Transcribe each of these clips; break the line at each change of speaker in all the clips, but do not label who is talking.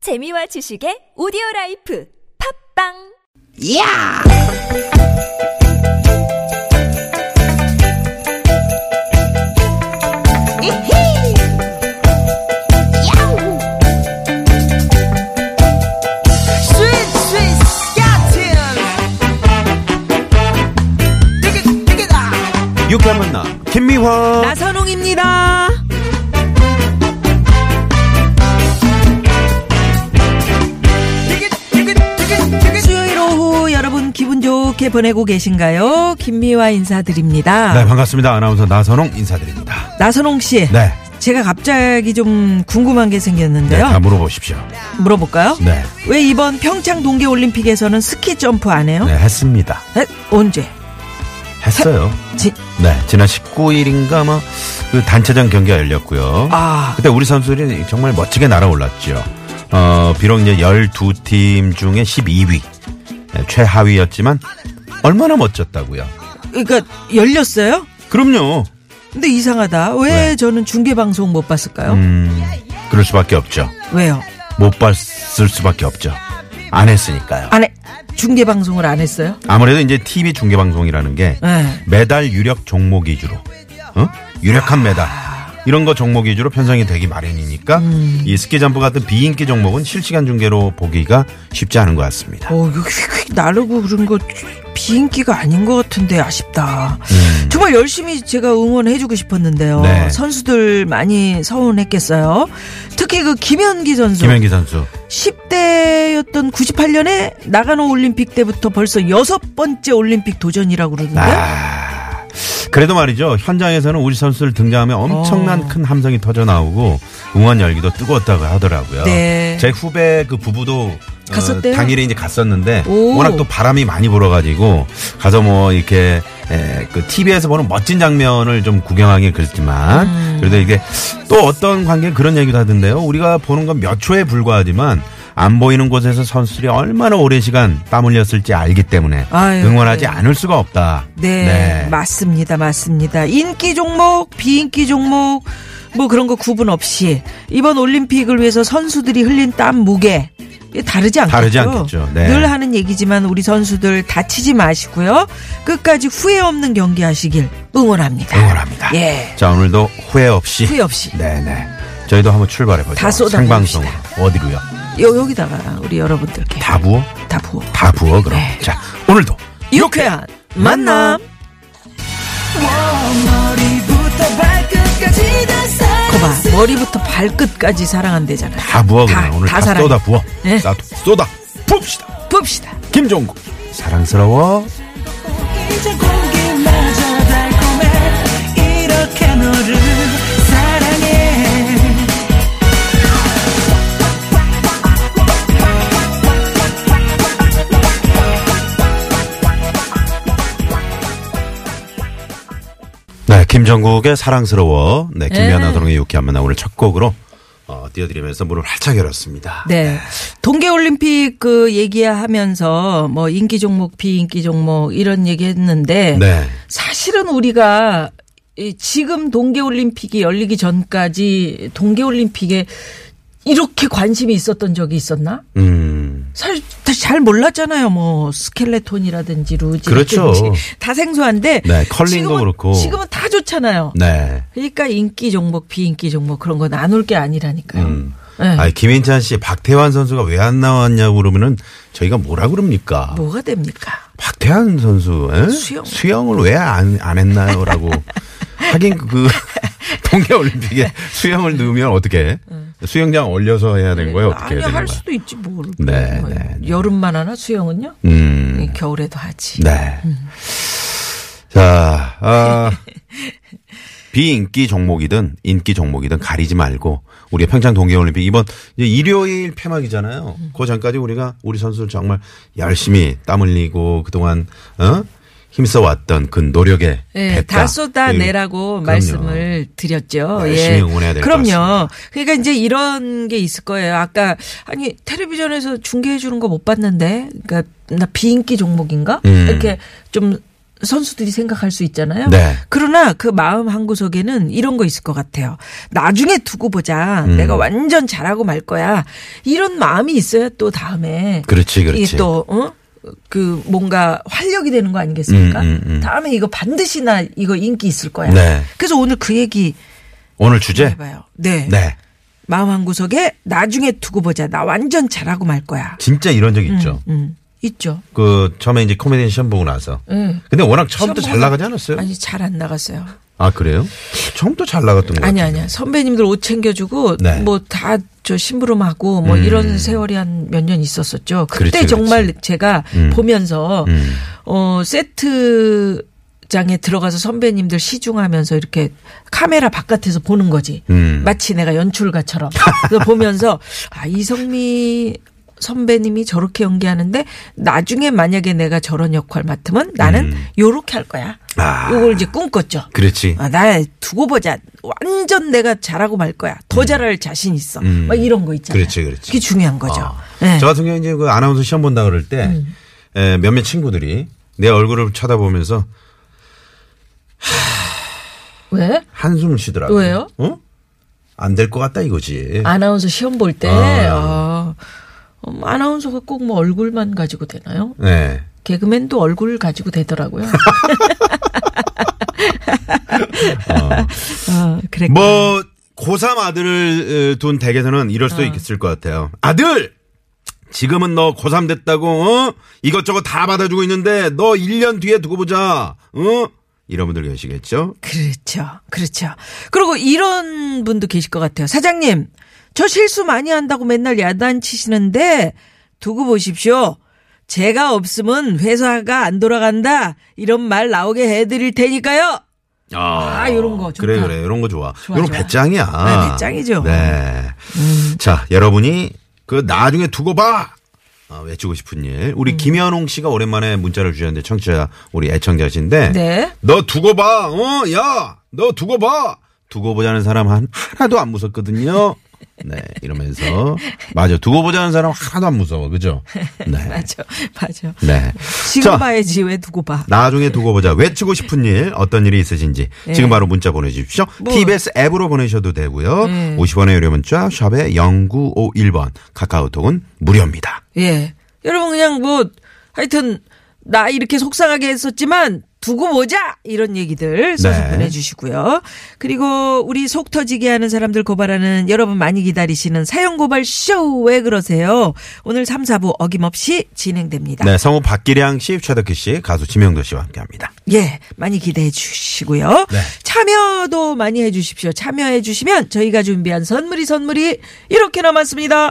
재미와 지식의 오디오 라이프 팝빵
야! 이히! 야우! 스윗, 스윗, 스캇틴! 띠깃, 띠깃아!
유쾌한 만남 김미화
나선홍입니다.
띠깃, 띠깃, 띠깃, 띠깃!
수요일 오후 여러분 기분 좋게 보내고 계신가요? 김미화 인사드립니다.
네 반갑습니다 아나운서 나선홍 인사드립니다
나선홍 씨,
네,
제가 갑자기 좀 궁금한 게
네, 다
생겼는데요.
물어보십시오
물어볼까요?
네,
왜 이번 평창 동계 올림픽에서는 스키 점프 안 해요?
네 했습니다
에? 언제?
했어요
지-
네 지난 19일인가 뭐그 단체전 경기가 열렸고요
아,
그때 우리 선수들이 정말 멋지게 날아올랐죠 어 비록 이제 12팀 중에 12위 네, 최하위였지만 얼마나 멋졌다고요
그러니까 열렸어요?
그럼요
근데 이상하다. 왜,
왜?
저는 중계 방송 못 봤을까요?
네. 음 그럴 수밖에 없죠
왜요?
못 봤을 수밖에 없죠 안 했으니까요
안 해. 중계 방송을 안 했어요?
아무래도 이제 TV 중계 방송이라는 게
네.
메달 유력 종목 위주로 어? 유력한 메달 이런 거 종목 위주로 편성이 되기 마련이니까 이 스키 점프 같은 비인기 종목은 실시간 중계로 보기가 쉽지 않은 것 같습니다.
어, 이거 휙휙 나르고 그런 거 비인기가 아닌 것 같은데 아쉽다.
음.
정말 열심히 제가 응원해주고 싶었는데요.
네.
선수들 많이 서운했겠어요. 특히 그 김현기 선수.
김현기 선수
10대였던 98년에 나가노 올림픽 때부터 벌써 여섯 번째 올림픽 도전이라고 그러는데.
아, 그래도 말이죠 현장에서는 우리 선수들 등장하면 엄청난
어.
큰 함성이 터져 나오고 응원 열기도 뜨거웠다고 하더라고요.
네.
제 후배 그 부부도 어,
갔었대요?
당일에 이제 갔었는데
오.
워낙 또 바람이 많이 불어가지고 가서 뭐 이렇게 에, 그 TV에서 보는 멋진 장면을 좀 구경하기 그렇지만
음.
그래도 이게 또 어떤 관계 그런 얘기도 하던데요. 우리가 보는 건 몇 초에 불과하지만 안 보이는 곳에서 선수들이 얼마나 오랜 시간 땀 흘렸을지 알기 때문에
아유,
응원하지
네.
않을 수가 없다.
네, 맞습니다, 맞습니다. 인기 종목, 비인기 종목, 뭐 그런 거 구분 없이 이번 올림픽을 위해서 선수들이 흘린 땀 무게 이게 다르지 않겠죠.
다르지 않겠죠. 네.
늘 하는 얘기지만 우리 선수들 다치지 마시고요. 끝까지 후회 없는 경기하시길 응원합니다.
응원합니다.
예,
자 오늘도 후회 없이
후회 없이
네네 저희도 한번 출발해 보죠.
다 쏟아냅시다.
생방송으로 어디로요?
요, 여기다가 우리 여러분들께
다 부어?
다 부어.
다 부어 그럼.
네.
자 오늘도
유쾌한 만남. 거봐 머리부터 발끝까지 사랑한대잖아.
다 부어 그냥
다,
오늘
다
다,
사랑해.
쏟아 부어.
네.
다 쏟아 풉시다.
봅시다.
김종국 사랑스러워. 네, 김정국의 사랑스러워. 네, 김연아 도롱의 유쾌한 만남 오늘 첫 곡으로 어, 띄워드리면서 문을 활짝 열었습니다.
네. 동계올림픽 그 얘기하면서 뭐 인기 종목, 비인기 종목 이런 얘기 했는데
네.
사실은 우리가 이 지금 동계올림픽이 열리기 전까지 동계올림픽에 이렇게 관심이 있었던 적이 있었나?
음.
사실 다잘 몰랐잖아요. 뭐 스켈레톤이라든지 루지
그렇죠.
다 생소한데
네, 컬링도
지금은-
그렇고.
지금은 다 좋잖아요.
네.
그러니까 인기 종목, 비인기 종목 그런 거 나눌 게 아니라니까요.
음.
네.
아니, 김인찬 씨, 박태환 선수가 왜 안 나왔냐고 그러면은 저희가 뭐라 그럽니까?
뭐가 됩니까?
박태환 선수, 에?
수영.
을 왜 안 안 했나요? 라고. 하긴 그
네.
동계올림픽에 수영을 넣으면 어떻게 수영장 올려서 해야 되는 거예요? 어떻게
네, 아니
해야 되는
할
거예요?
수도 있지 뭘.
네,
뭐,
네,
여름만 하나 수영은요?
음,
겨울에도 하지.
네. 자, 아, 비인기 종목이든 인기 종목이든 가리지 말고 우리가 평창 동계올림픽 이번 이제 일요일 폐막이잖아요. 그 전까지 우리가 우리 선수들 정말 열심히 땀 흘리고 그동안 어? 힘써왔던 그 노력에
예,
뱉다. 예,
다
그럼요.
쏟아내라고
아,
말씀을 드렸죠. 예.
열심히 응원해야 될것
그럼요.
같습니다.
그러니까 이제 이런 게 있을 거예요. 아까 아니 텔레비전에서 중계해 주는 거 못 봤는데, 그러니까 나 비인기 종목인가
음.
이렇게 좀 선수들이 생각할 수 있잖아요.
네.
그러나 그 마음 한 구석에는 이런 거 있을 것 같아요. 나중에 두고 보자.
음.
내가 완전 잘하고 말 거야. 이런 마음이 있어야 또 다음에
그렇지, 그렇지.
이게 또 어? 그 뭔가 활력이 되는 거 아니겠습니까?
음, 음, 음.
다음에 이거 반드시 나 이거 인기 있을 거야.
네.
그래서 오늘 그 얘기
오늘 주제?
해봐요. 네.
네.
마음 한 구석에 나중에 두고 보자. 나 완전 잘하고 말 거야.
진짜 이런 적 있죠.
음, 있죠.
그 처음에 이제 코미디언 시험 보고 나서.
음.
근데 워낙 처음부터 잘
시험 보고
나가지 않았어요?
아니 잘 안 나갔어요.
아 그래요? 처음부터 잘 나갔던 거
아니
같아요.
아니야 선배님들 옷 챙겨주고
네. 음.
뭐 다 저 심부름하고 뭐 이런 세월이 한 몇 년 있었었죠. 그때
그렇지, 그렇지.
정말 제가
음.
보면서
음.
어 세트. 장에 들어가서 선배님들 시중하면서 이렇게 카메라 바깥에서 보는 거지.
음.
마치 내가 연출가처럼. 그래서 보면서 아 이성미 선배님이 저렇게 연기하는데 나중에 만약에 내가 저런 역할 맡으면 나는 요렇게 할 거야.
음. 아.
요걸 이제 꿈꿨죠.
그렇지.
아, 나 두고 보자. 완전 내가 잘하고 말 거야. 더 잘할 자신 있어.
음.
막 이런 거 있잖아요.
그렇지, 그렇지.
게 중요한 거죠.
아.
네. 음.
저 같은 경우 이제 그 아나운서 시험 본다 그럴 때 에, 몇몇 친구들이 내 얼굴을 쳐다보면서
왜?
한숨을 쉬더라고.
왜요?
어? 안 될 것 같다 이거지.
아나운서 시험 볼 때,
아.
아. 음, 아나운서가 꼭 뭐 얼굴만 가지고 되나요?
네.
개그맨도 얼굴 가지고 되더라고요. 어, 그래.
뭐 고3 아들을 에, 둔 댁에서는 이럴
어.
수도 있을 것 같아요. 아들! 지금은 너 고3 됐다고, 어? 이것저것 다 받아주고 있는데, 너 1년 뒤에 두고 보자, 어? 이런 분들 계시겠죠?
그렇죠. 그렇죠. 그리고 이런 분도 계실 것 같아요. 사장님, 저 실수 많이 한다고 맨날 야단치시는데 두고 보십시오. 제가 없으면 회사가 안 돌아간다. 이런 말 나오게 해드릴 테니까요.
아,
아, 요런 거 좋다.
그래, 그래. 이런 거 좋아.
좋아,
이런
좋아.
배짱이야.
네, 배짱이죠. 음.
네. 자, 여러분이 그 나중에 두고 봐! 아, 외치고 싶은 일. 우리
음.
김현웅 씨가 오랜만에 문자를 주셨는데, 청취자, 우리 애청자신데.
네.
너 두고 봐! 어, 야! 너 두고 봐! 두고 보자는 사람 한, 하나도 안 무섭거든요. 네, 이러면서. 맞아. 두고 보자는 사람 하나도 안 무서워. 그죠? 네.
맞아. 맞아.
네.
지금
자,
봐야지 왜 두고 봐.
나중에 두고 보자. 외치고 싶은 일, 어떤 일이 있으신지 지금 바로 문자 보내주십시오. TBS 앱으로 보내셔도 되고요. 50원의 유료 문자 샵에 0951번 카카오톡은 무료입니다.
예. 여러분 그냥 뭐 하여튼 나 이렇게 속상하게 했었지만 두고 보자 이런 얘기들 써서
네.
보내주시고요. 그리고 우리 속 터지게 하는 사람들 고발하는 여러분 많이 기다리시는 사연 고발 쇼 왜 그러세요? 오늘 3, 4부 어김없이 진행됩니다.
네, 성우 박기량 씨, 최덕희 씨, 가수 지명도 씨와 함께합니다.
예, 많이 기대해 주시고요.
네.
참여도 많이 해 주십시오. 참여해 주시면 저희가 준비한 선물이 선물이 이렇게 남았습니다.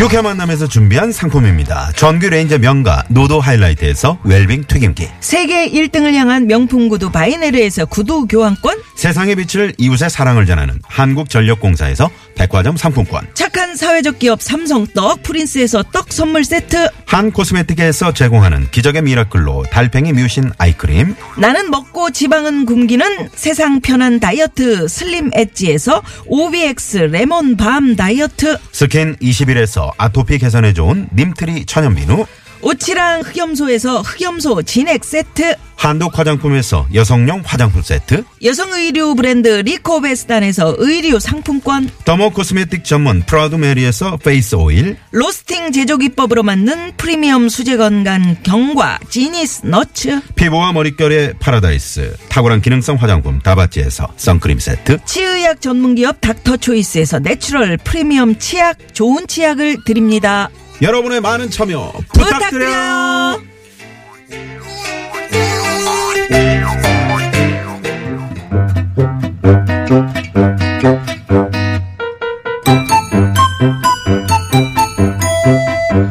유쾌 만남에서 준비한 상품입니다. 전규 레인저 명가 노도 하이라이트에서 웰빙 튀김기.
세계 1등을 향한 명품 구두 바이네르에서 구두 교환권
세상의 빛을 이웃의 사랑을 전하는 한국전력공사에서 백화점 상품권.
착한 사회적 기업 삼성떡 프린스에서 떡 선물 세트
한 코스메틱에서 제공하는 기적의 미라클로 달팽이 뮤신 아이크림.
나는 먹고 지방은 굶기는 세상 편한 다이어트 슬림 엣지에서 OBX 레몬 밤 다이어트
스킨 21에서 아토피 개선에 좋은 님트리 천연비누
오치랑 흑염소에서 흑염소 진액 세트
한독 화장품에서 여성용 화장품 세트
여성 의류 브랜드 리코베스단에서 의류 상품권
더모 코스메틱 전문 프라우드 메리에서 페이스 오일
로스팅 제조 기법으로 만든 프리미엄 수제 건강 경과 지니스 너츠
피부와 머릿결의 파라다이스 탁월한 기능성 화장품 다바찌에서 선크림 세트
치의학 전문기업 닥터초이스에서 내추럴 프리미엄 치약 좋은 치약을 드립니다.
여러분의 많은 참여 부탁드려요
부탁드려요.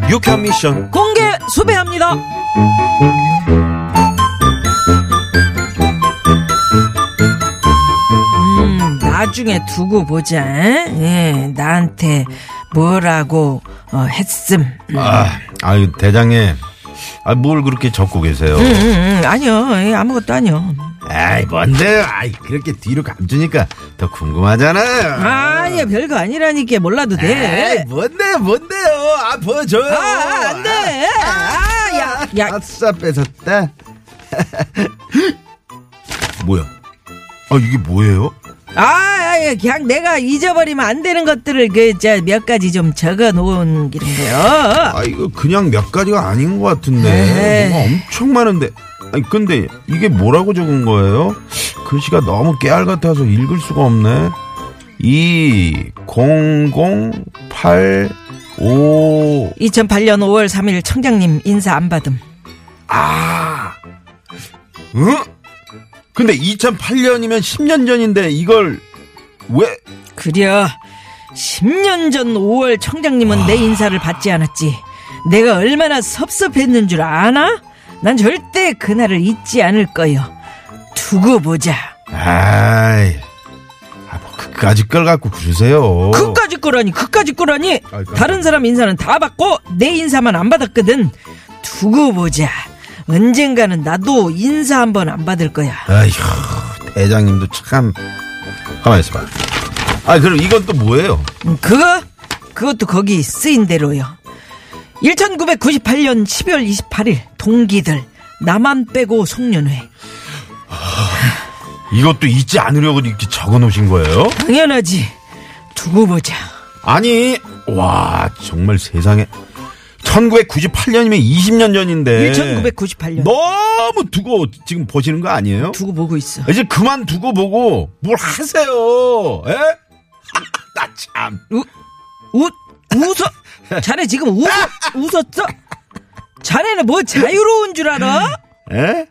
유쾌한 미션
공개 수배합니다. 음, 나중에 두고 보자. 예, 나한테 뭐라고 어, 했음.
아, 아유 대장님 아, 뭘 그렇게 적고 계세요
음, 음, 아니요, 예, 아무것도 아니요.
아이 뭔데요? 아이 그렇게 뒤로 감추니까 더 궁금하잖아요.
아니야 별거 아니라니까 몰라도
에이,
돼.
뭔데 뭔데요? 아 보여줘요.
예. 아, 아, 안 돼. 아, 야, 야.
아싸 뺏었다. 뭐야? 아 이게 뭐예요?
아, 아, 예, 그냥 내가 잊어버리면 안 되는 것들을 그저몇 가지 좀 적어 놓은 길인데요.
아 이거 그냥 몇 가지가 아닌 것 같은데
에이.
뭐가 엄청 많은데 아니 근데 이게 뭐라고 적은 거예요? 글씨가 너무 깨알 같아서 읽을 수가 없네 2 0 8 5
2008년 5월 3일 청장님 인사 안 받음.
아 응? 근데 2008년이면 10년 전인데 이걸 왜
그려 10년 전 5월 청장님은 내 인사를 받지 않았지. 내가 얼마나 섭섭했는 줄 아나? 난 절대 그날을 잊지 않을 거요. 두고 보자.
아이 아, 뭐 그까짓 걸 갖고 그러세요
그까짓 거라니, 그까짓 거라니.
어. 아이, 깜짝이야.
다른 사람 인사는 다 받고 내 인사만 안 받았거든. 두고 보자. 언젠가는 나도 인사 한 번 안 받을 거야.
아휴, 대장님도 참. 가만히 있어봐. 아, 그럼 이건 또 뭐예요?
음, 그거? 그것도 거기 쓰인 대로요. 1998년 12월 28일 동기들 나만 빼고 송년회.
이것도 잊지 않으려고 이렇게 적어 놓으신 거예요?
당연하지. 두고 보자.
아니, 와, 정말 세상에. 1998년이면 20년 전인데.
1998년.
네. 너무 두고 지금 보시는 거 아니에요?
두고 보고 있어.
이제 그만 두고 보고 뭘 하세요? 에? 나 참.
우, 우, 웃어. 자네 지금 웃어, 웃었어? 자네는 뭐 자유로운 줄 알아?
에?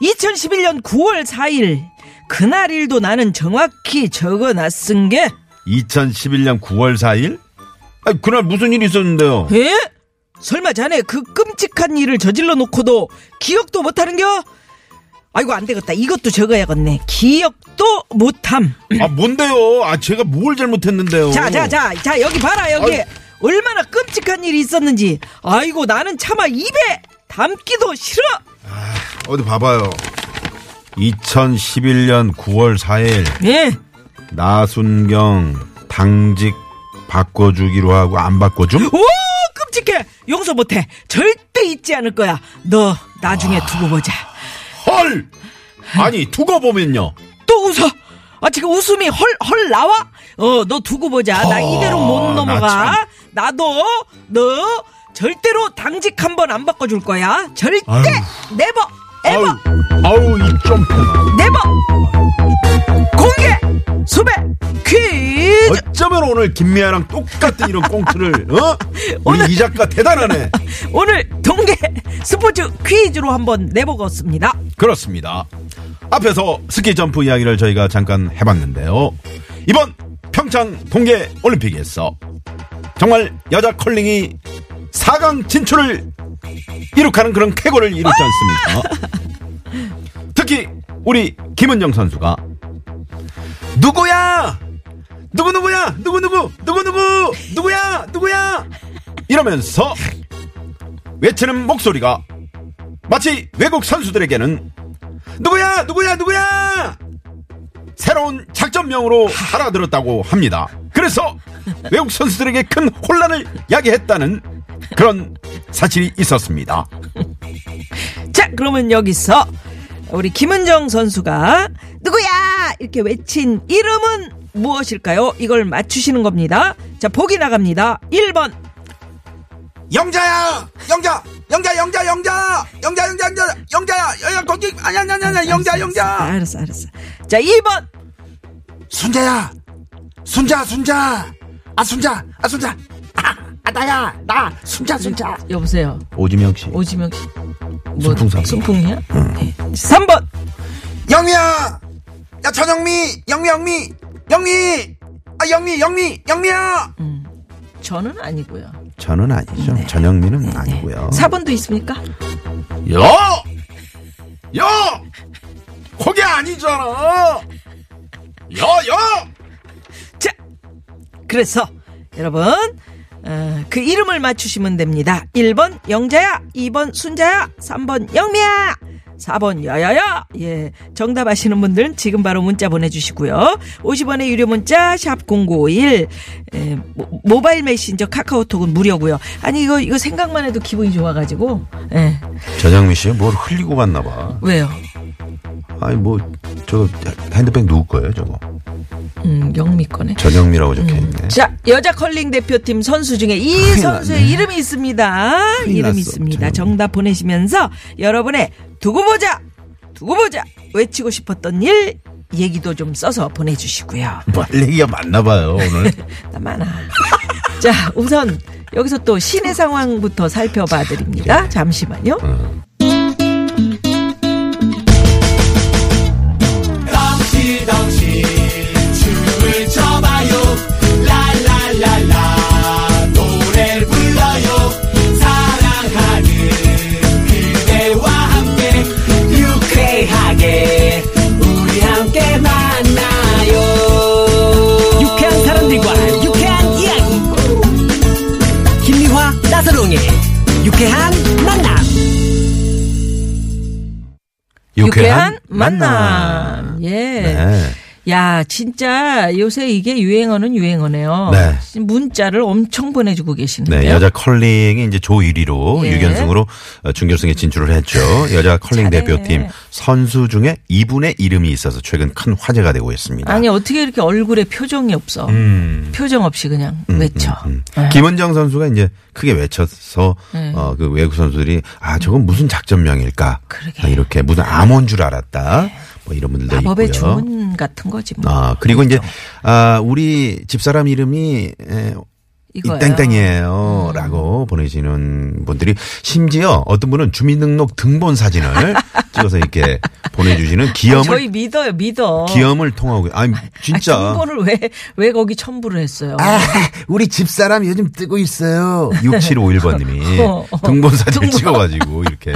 2011년 9월 4일. 그날 일도 나는 정확히 적어 놨은 게,
2011년 9월 4일? 아, 그날 무슨 일이 있었는데요?
에? 설마 자네 그 끔찍한 일을 저질러 놓고도 기억도 못하는겨? 아이고 안 되겠다. 이것도 적어야겠네. 기억도 못함.
아 뭔데요? 아 제가 뭘 잘못했는데요?
예. 자, 자, 자, 자 여기 봐라 여기
아이.
얼마나 끔찍한 일이 있었는지. 아이고 나는 차마 입에 담기도 싫어.
어디 봐봐요. 2011년 9월 4일
예.
나순경 당직 바꿔주기로 하고 안 바꿔줌?
오 끔찍해. 용서 못해. 절대 잊지 않을 거야. 너 나중에 두고 보자.
헐! 아니 두고 보면요.
또 웃어. 아 지금 웃음이 헐 헐 나와? 어 너 두고 보자. 나
허,
이대로 못
나
넘어가. 나도 너 절대로 당직 한 번 안 바꿔줄 거야. 절대
아유.
네버 에버
아우 아우 이좀
네버 공개 수배 퀴즈.
어쩌면 오늘 김미아랑 똑같은 이런 꽁트를 어? 우리 이 작가 대단하네.
오늘 동계 스포츠 퀴즈로 한번 내보겠습니다.
그렇습니다. 앞에서 스키 점프 이야기를 저희가 잠깐 해봤는데요. 이번 평창 동계 올림픽에서 정말 여자 컬링이 4강 진출을 이룩하는 그런 쾌거를 이뤘지 않습니까? 특히 우리 김은정 선수가 누구야? 누구 누구야? 누구 누구? 누구 누구? 누구야? 누구야? 이러면서 외치는 목소리가 마치 외국 선수들에게는 누구야 누구야 누구야 새로운 작전명으로 알아들었다고 합니다. 그래서 외국 선수들에게 큰 혼란을 야기했다는 그런 사실이 있었습니다.
자, 그러면 여기서 우리 김은정 선수가 누구야 이렇게 외친 이름은 무엇일까요? 이걸 맞추시는 겁니다. 자, 보기 나갑니다. 1번.
영자야 영자 영자 영자 영자 영자 영자 영자 영자야 여기 거기 아니야 아니야 아니야 영자 영자
알았어, 알았어. 자, 2번.
순자야 순자 순자 아 순자 아 순자 아, 아 나야 나 순자 순자
여보세요.
오지명 씨.
오지명 씨. 뭐
순풍사고.
순풍이야? 네. 3번.
영미야 야 전영미 영미 영미 영미 아 영미 영미 영미야
저는 아니고요.
저는 아니죠. 전영민은 아니고요.
4번도 있습니까?
여! 여! 그게 아니잖아! 여, 여!
자, 그래서 여러분 어, 그 이름을 맞추시면 됩니다. 1번 영자야, 2번 순자야, 3번 영미야, 4번 야야야. 예. 정답 아시는 분들은 지금 바로 문자 보내주시고요. 50원의 유료 문자 샵 #0951 예, 모- 모바일 메신저 카카오톡은 무료고요. 아니 이거 이거 생각만 해도 기분이 좋아가지고. 예.
전영미 씨 뭘 흘리고 갔나 봐.
왜요?
아니 뭐 저거 핸드백 누구 거예요 저거?
음, 영미 거네.
전영미라고 적혀 있네.
자, 여자 컬링 대표팀 선수 중에 이 선수의 이름이 있습니다. 이름이
났어,
있습니다.
참.
정답 보내시면서 여러분의 두고 보자, 두고 보자 외치고 싶었던 일 얘기도 좀 써서 보내주시고요.
말 얘기가 많나 봐요 오늘.
나 많아. 자, 우선 여기서 또 시내 상황부터 살펴봐 드립니다. 잠시만요.
유쾌한 사람들과 유쾌한 이야기 김미화 나서롱의 유쾌한 만남
유쾌한 만남. 예.
네.
야, 진짜 요새 이게 유행어는 유행어네요.
네.
문자를 엄청 보내주고 계시는데요.
네, 여자 컬링이 이제 조 1위로
예. 네.
유견승으로 어, 준결승에 진출을 했죠. 여자 컬링
잘해.
대표팀 선수 중에 이분의 이름이 있어서 최근 큰 화제가 되고 있습니다.
아니 어떻게 이렇게 얼굴에 표정이 없어?
음.
표정 없이 그냥 외쳐. 네.
김원정 선수가 이제 크게 외쳐서
네.
어, 그 외국 선수들이 아 저건 무슨 작전명일까?
그러게. 네.
아, 이렇게 무슨 암호인 줄 알았다. 뭐 이런 분들도
마법의
있고요.
주문 같은 거지 뭐.
아 그리고 이제 아 우리 집사람 이름이 에, 이
이거예요. 음.
땡땡이에요라고 보내시는 분들이 심지어 어떤 분은 주민등록 등본 사진을 찍어서 이렇게 보내주시는 기염을
저희 믿어요, 믿어.
기염을 통하고 아니 진짜
아, 등본을 왜, 왜 거기 첨부를 했어요?
아, 우리 집사람 요즘 뜨고 있어요.
6751번님이
어, 어.
등본 사진을
등본.
찍어가지고 이렇게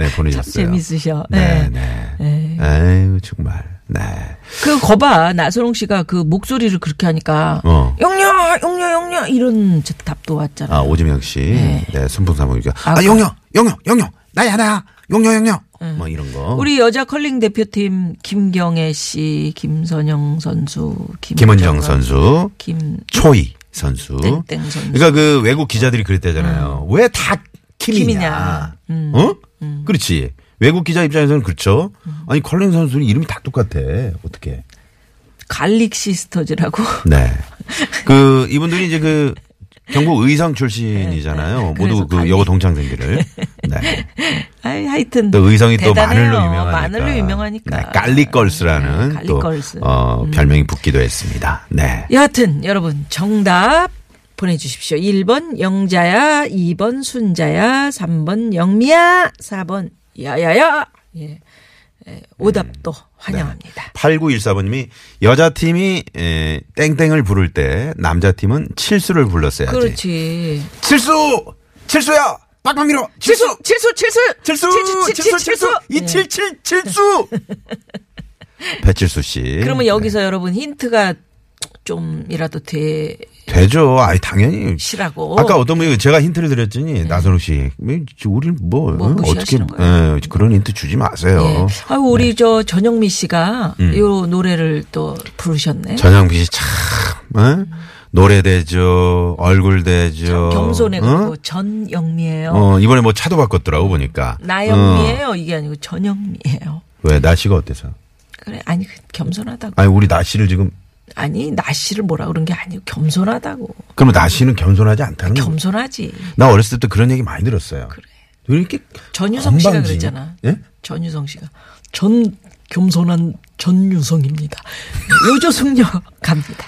네
참
보내셨어요.
재밌으셔.
네네.
네.
아유 정말 네.
그, 거봐. 나선홍 씨가 그 목소리를 그렇게 하니까.
어.
용녀, 용녀, 용녀. 이런 저 답도 왔잖아.
아 오지명 씨, 네,
네.
순풍사무이가
아,
아, 용영 용영 용영 나야 나야 용영 용영 뭐 이런 거.
네. 우리 여자 컬링 대표팀 김경애 씨, 김선영 선수, 김
김원정 선수,
김
초이 선수.
땡땡 선수.
그러니까 그 외국 기자들이 그랬다잖아요. 왜 다 킴이냐?
음. 킴이냐. 음.
어? 그렇지. 외국 기자 입장에서는 그렇죠.
음.
아니 컬링 선수는 이름이 다 똑같아. 어떻게?
갈릭 시스터즈라고.
네. 그 이분들이 이제 그 경북 의성 출신이잖아요. 모두
네. 그래서
그
갈리.
여고 동창생들을. 네.
아이, 하여튼
또 의성이 또
대단해요.
마늘로 유명하니까.
마늘로 유명하니까.
네, 깔리걸스라는
네,
또
갈릭걸스.
어, 별명이 붙기도 했습니다. 네.
여하튼 여러분 정답 보내주십시오. 1번 영자야, 2번 순자야, 3번 영미야, 4번 야야야. 예. 예, 오답도
네.
환영합니다.
8914번님이 여자팀이 에, 땡땡을 부를 때 남자팀은 칠수를 불렀어야지.
그렇지.
칠수! 칠수야! 빡빡 밀어!
칠수, 칠수, 칠수,
칠수!
칠수, 칠수, 칠수. 예.
이칠칠 칠수!
배칠수 씨.
그러면 여기서 여러분 힌트가 좀이라도 되시라고.
네. 되죠. 아이 당연히. 아까 어떤 분이 제가 힌트를 드렸더니 나선욱 씨, 왜 지- 우린 뭐,
음. 뭐
어? 어떻게
무시하시는
예, 그런 힌트 주지 마세요.
아 우리
네.
저 전영미 씨가 요 노래를 또 부르셨네.
음. 전영빈 씨 참. 어? 노래 대죠, 얼굴 대죠.
겸손해
어?
갖고 전영미예요.
어, 이번에 뭐 차도 바꿨더라고 보니까. 어,
나영미예요. 이게 아니고 전영미예요.
왜 날씨가 어때서?
그래 아니 그 겸손하다고
아니 우리 날씨를 지금
아니 나씨를 뭐라 그런 게 아니고 겸손하다고
그러면 날씨는 겸손하지 않다는 거.
겸손하지
나 어렸을 때 그런 얘기 많이 들었어요.
그래.
왜 이렇게
전유성 씨가
건방지니?
그랬잖아
예?
전유성 씨가 전 겸손한 전유성입니다 요조숙녀 갑니다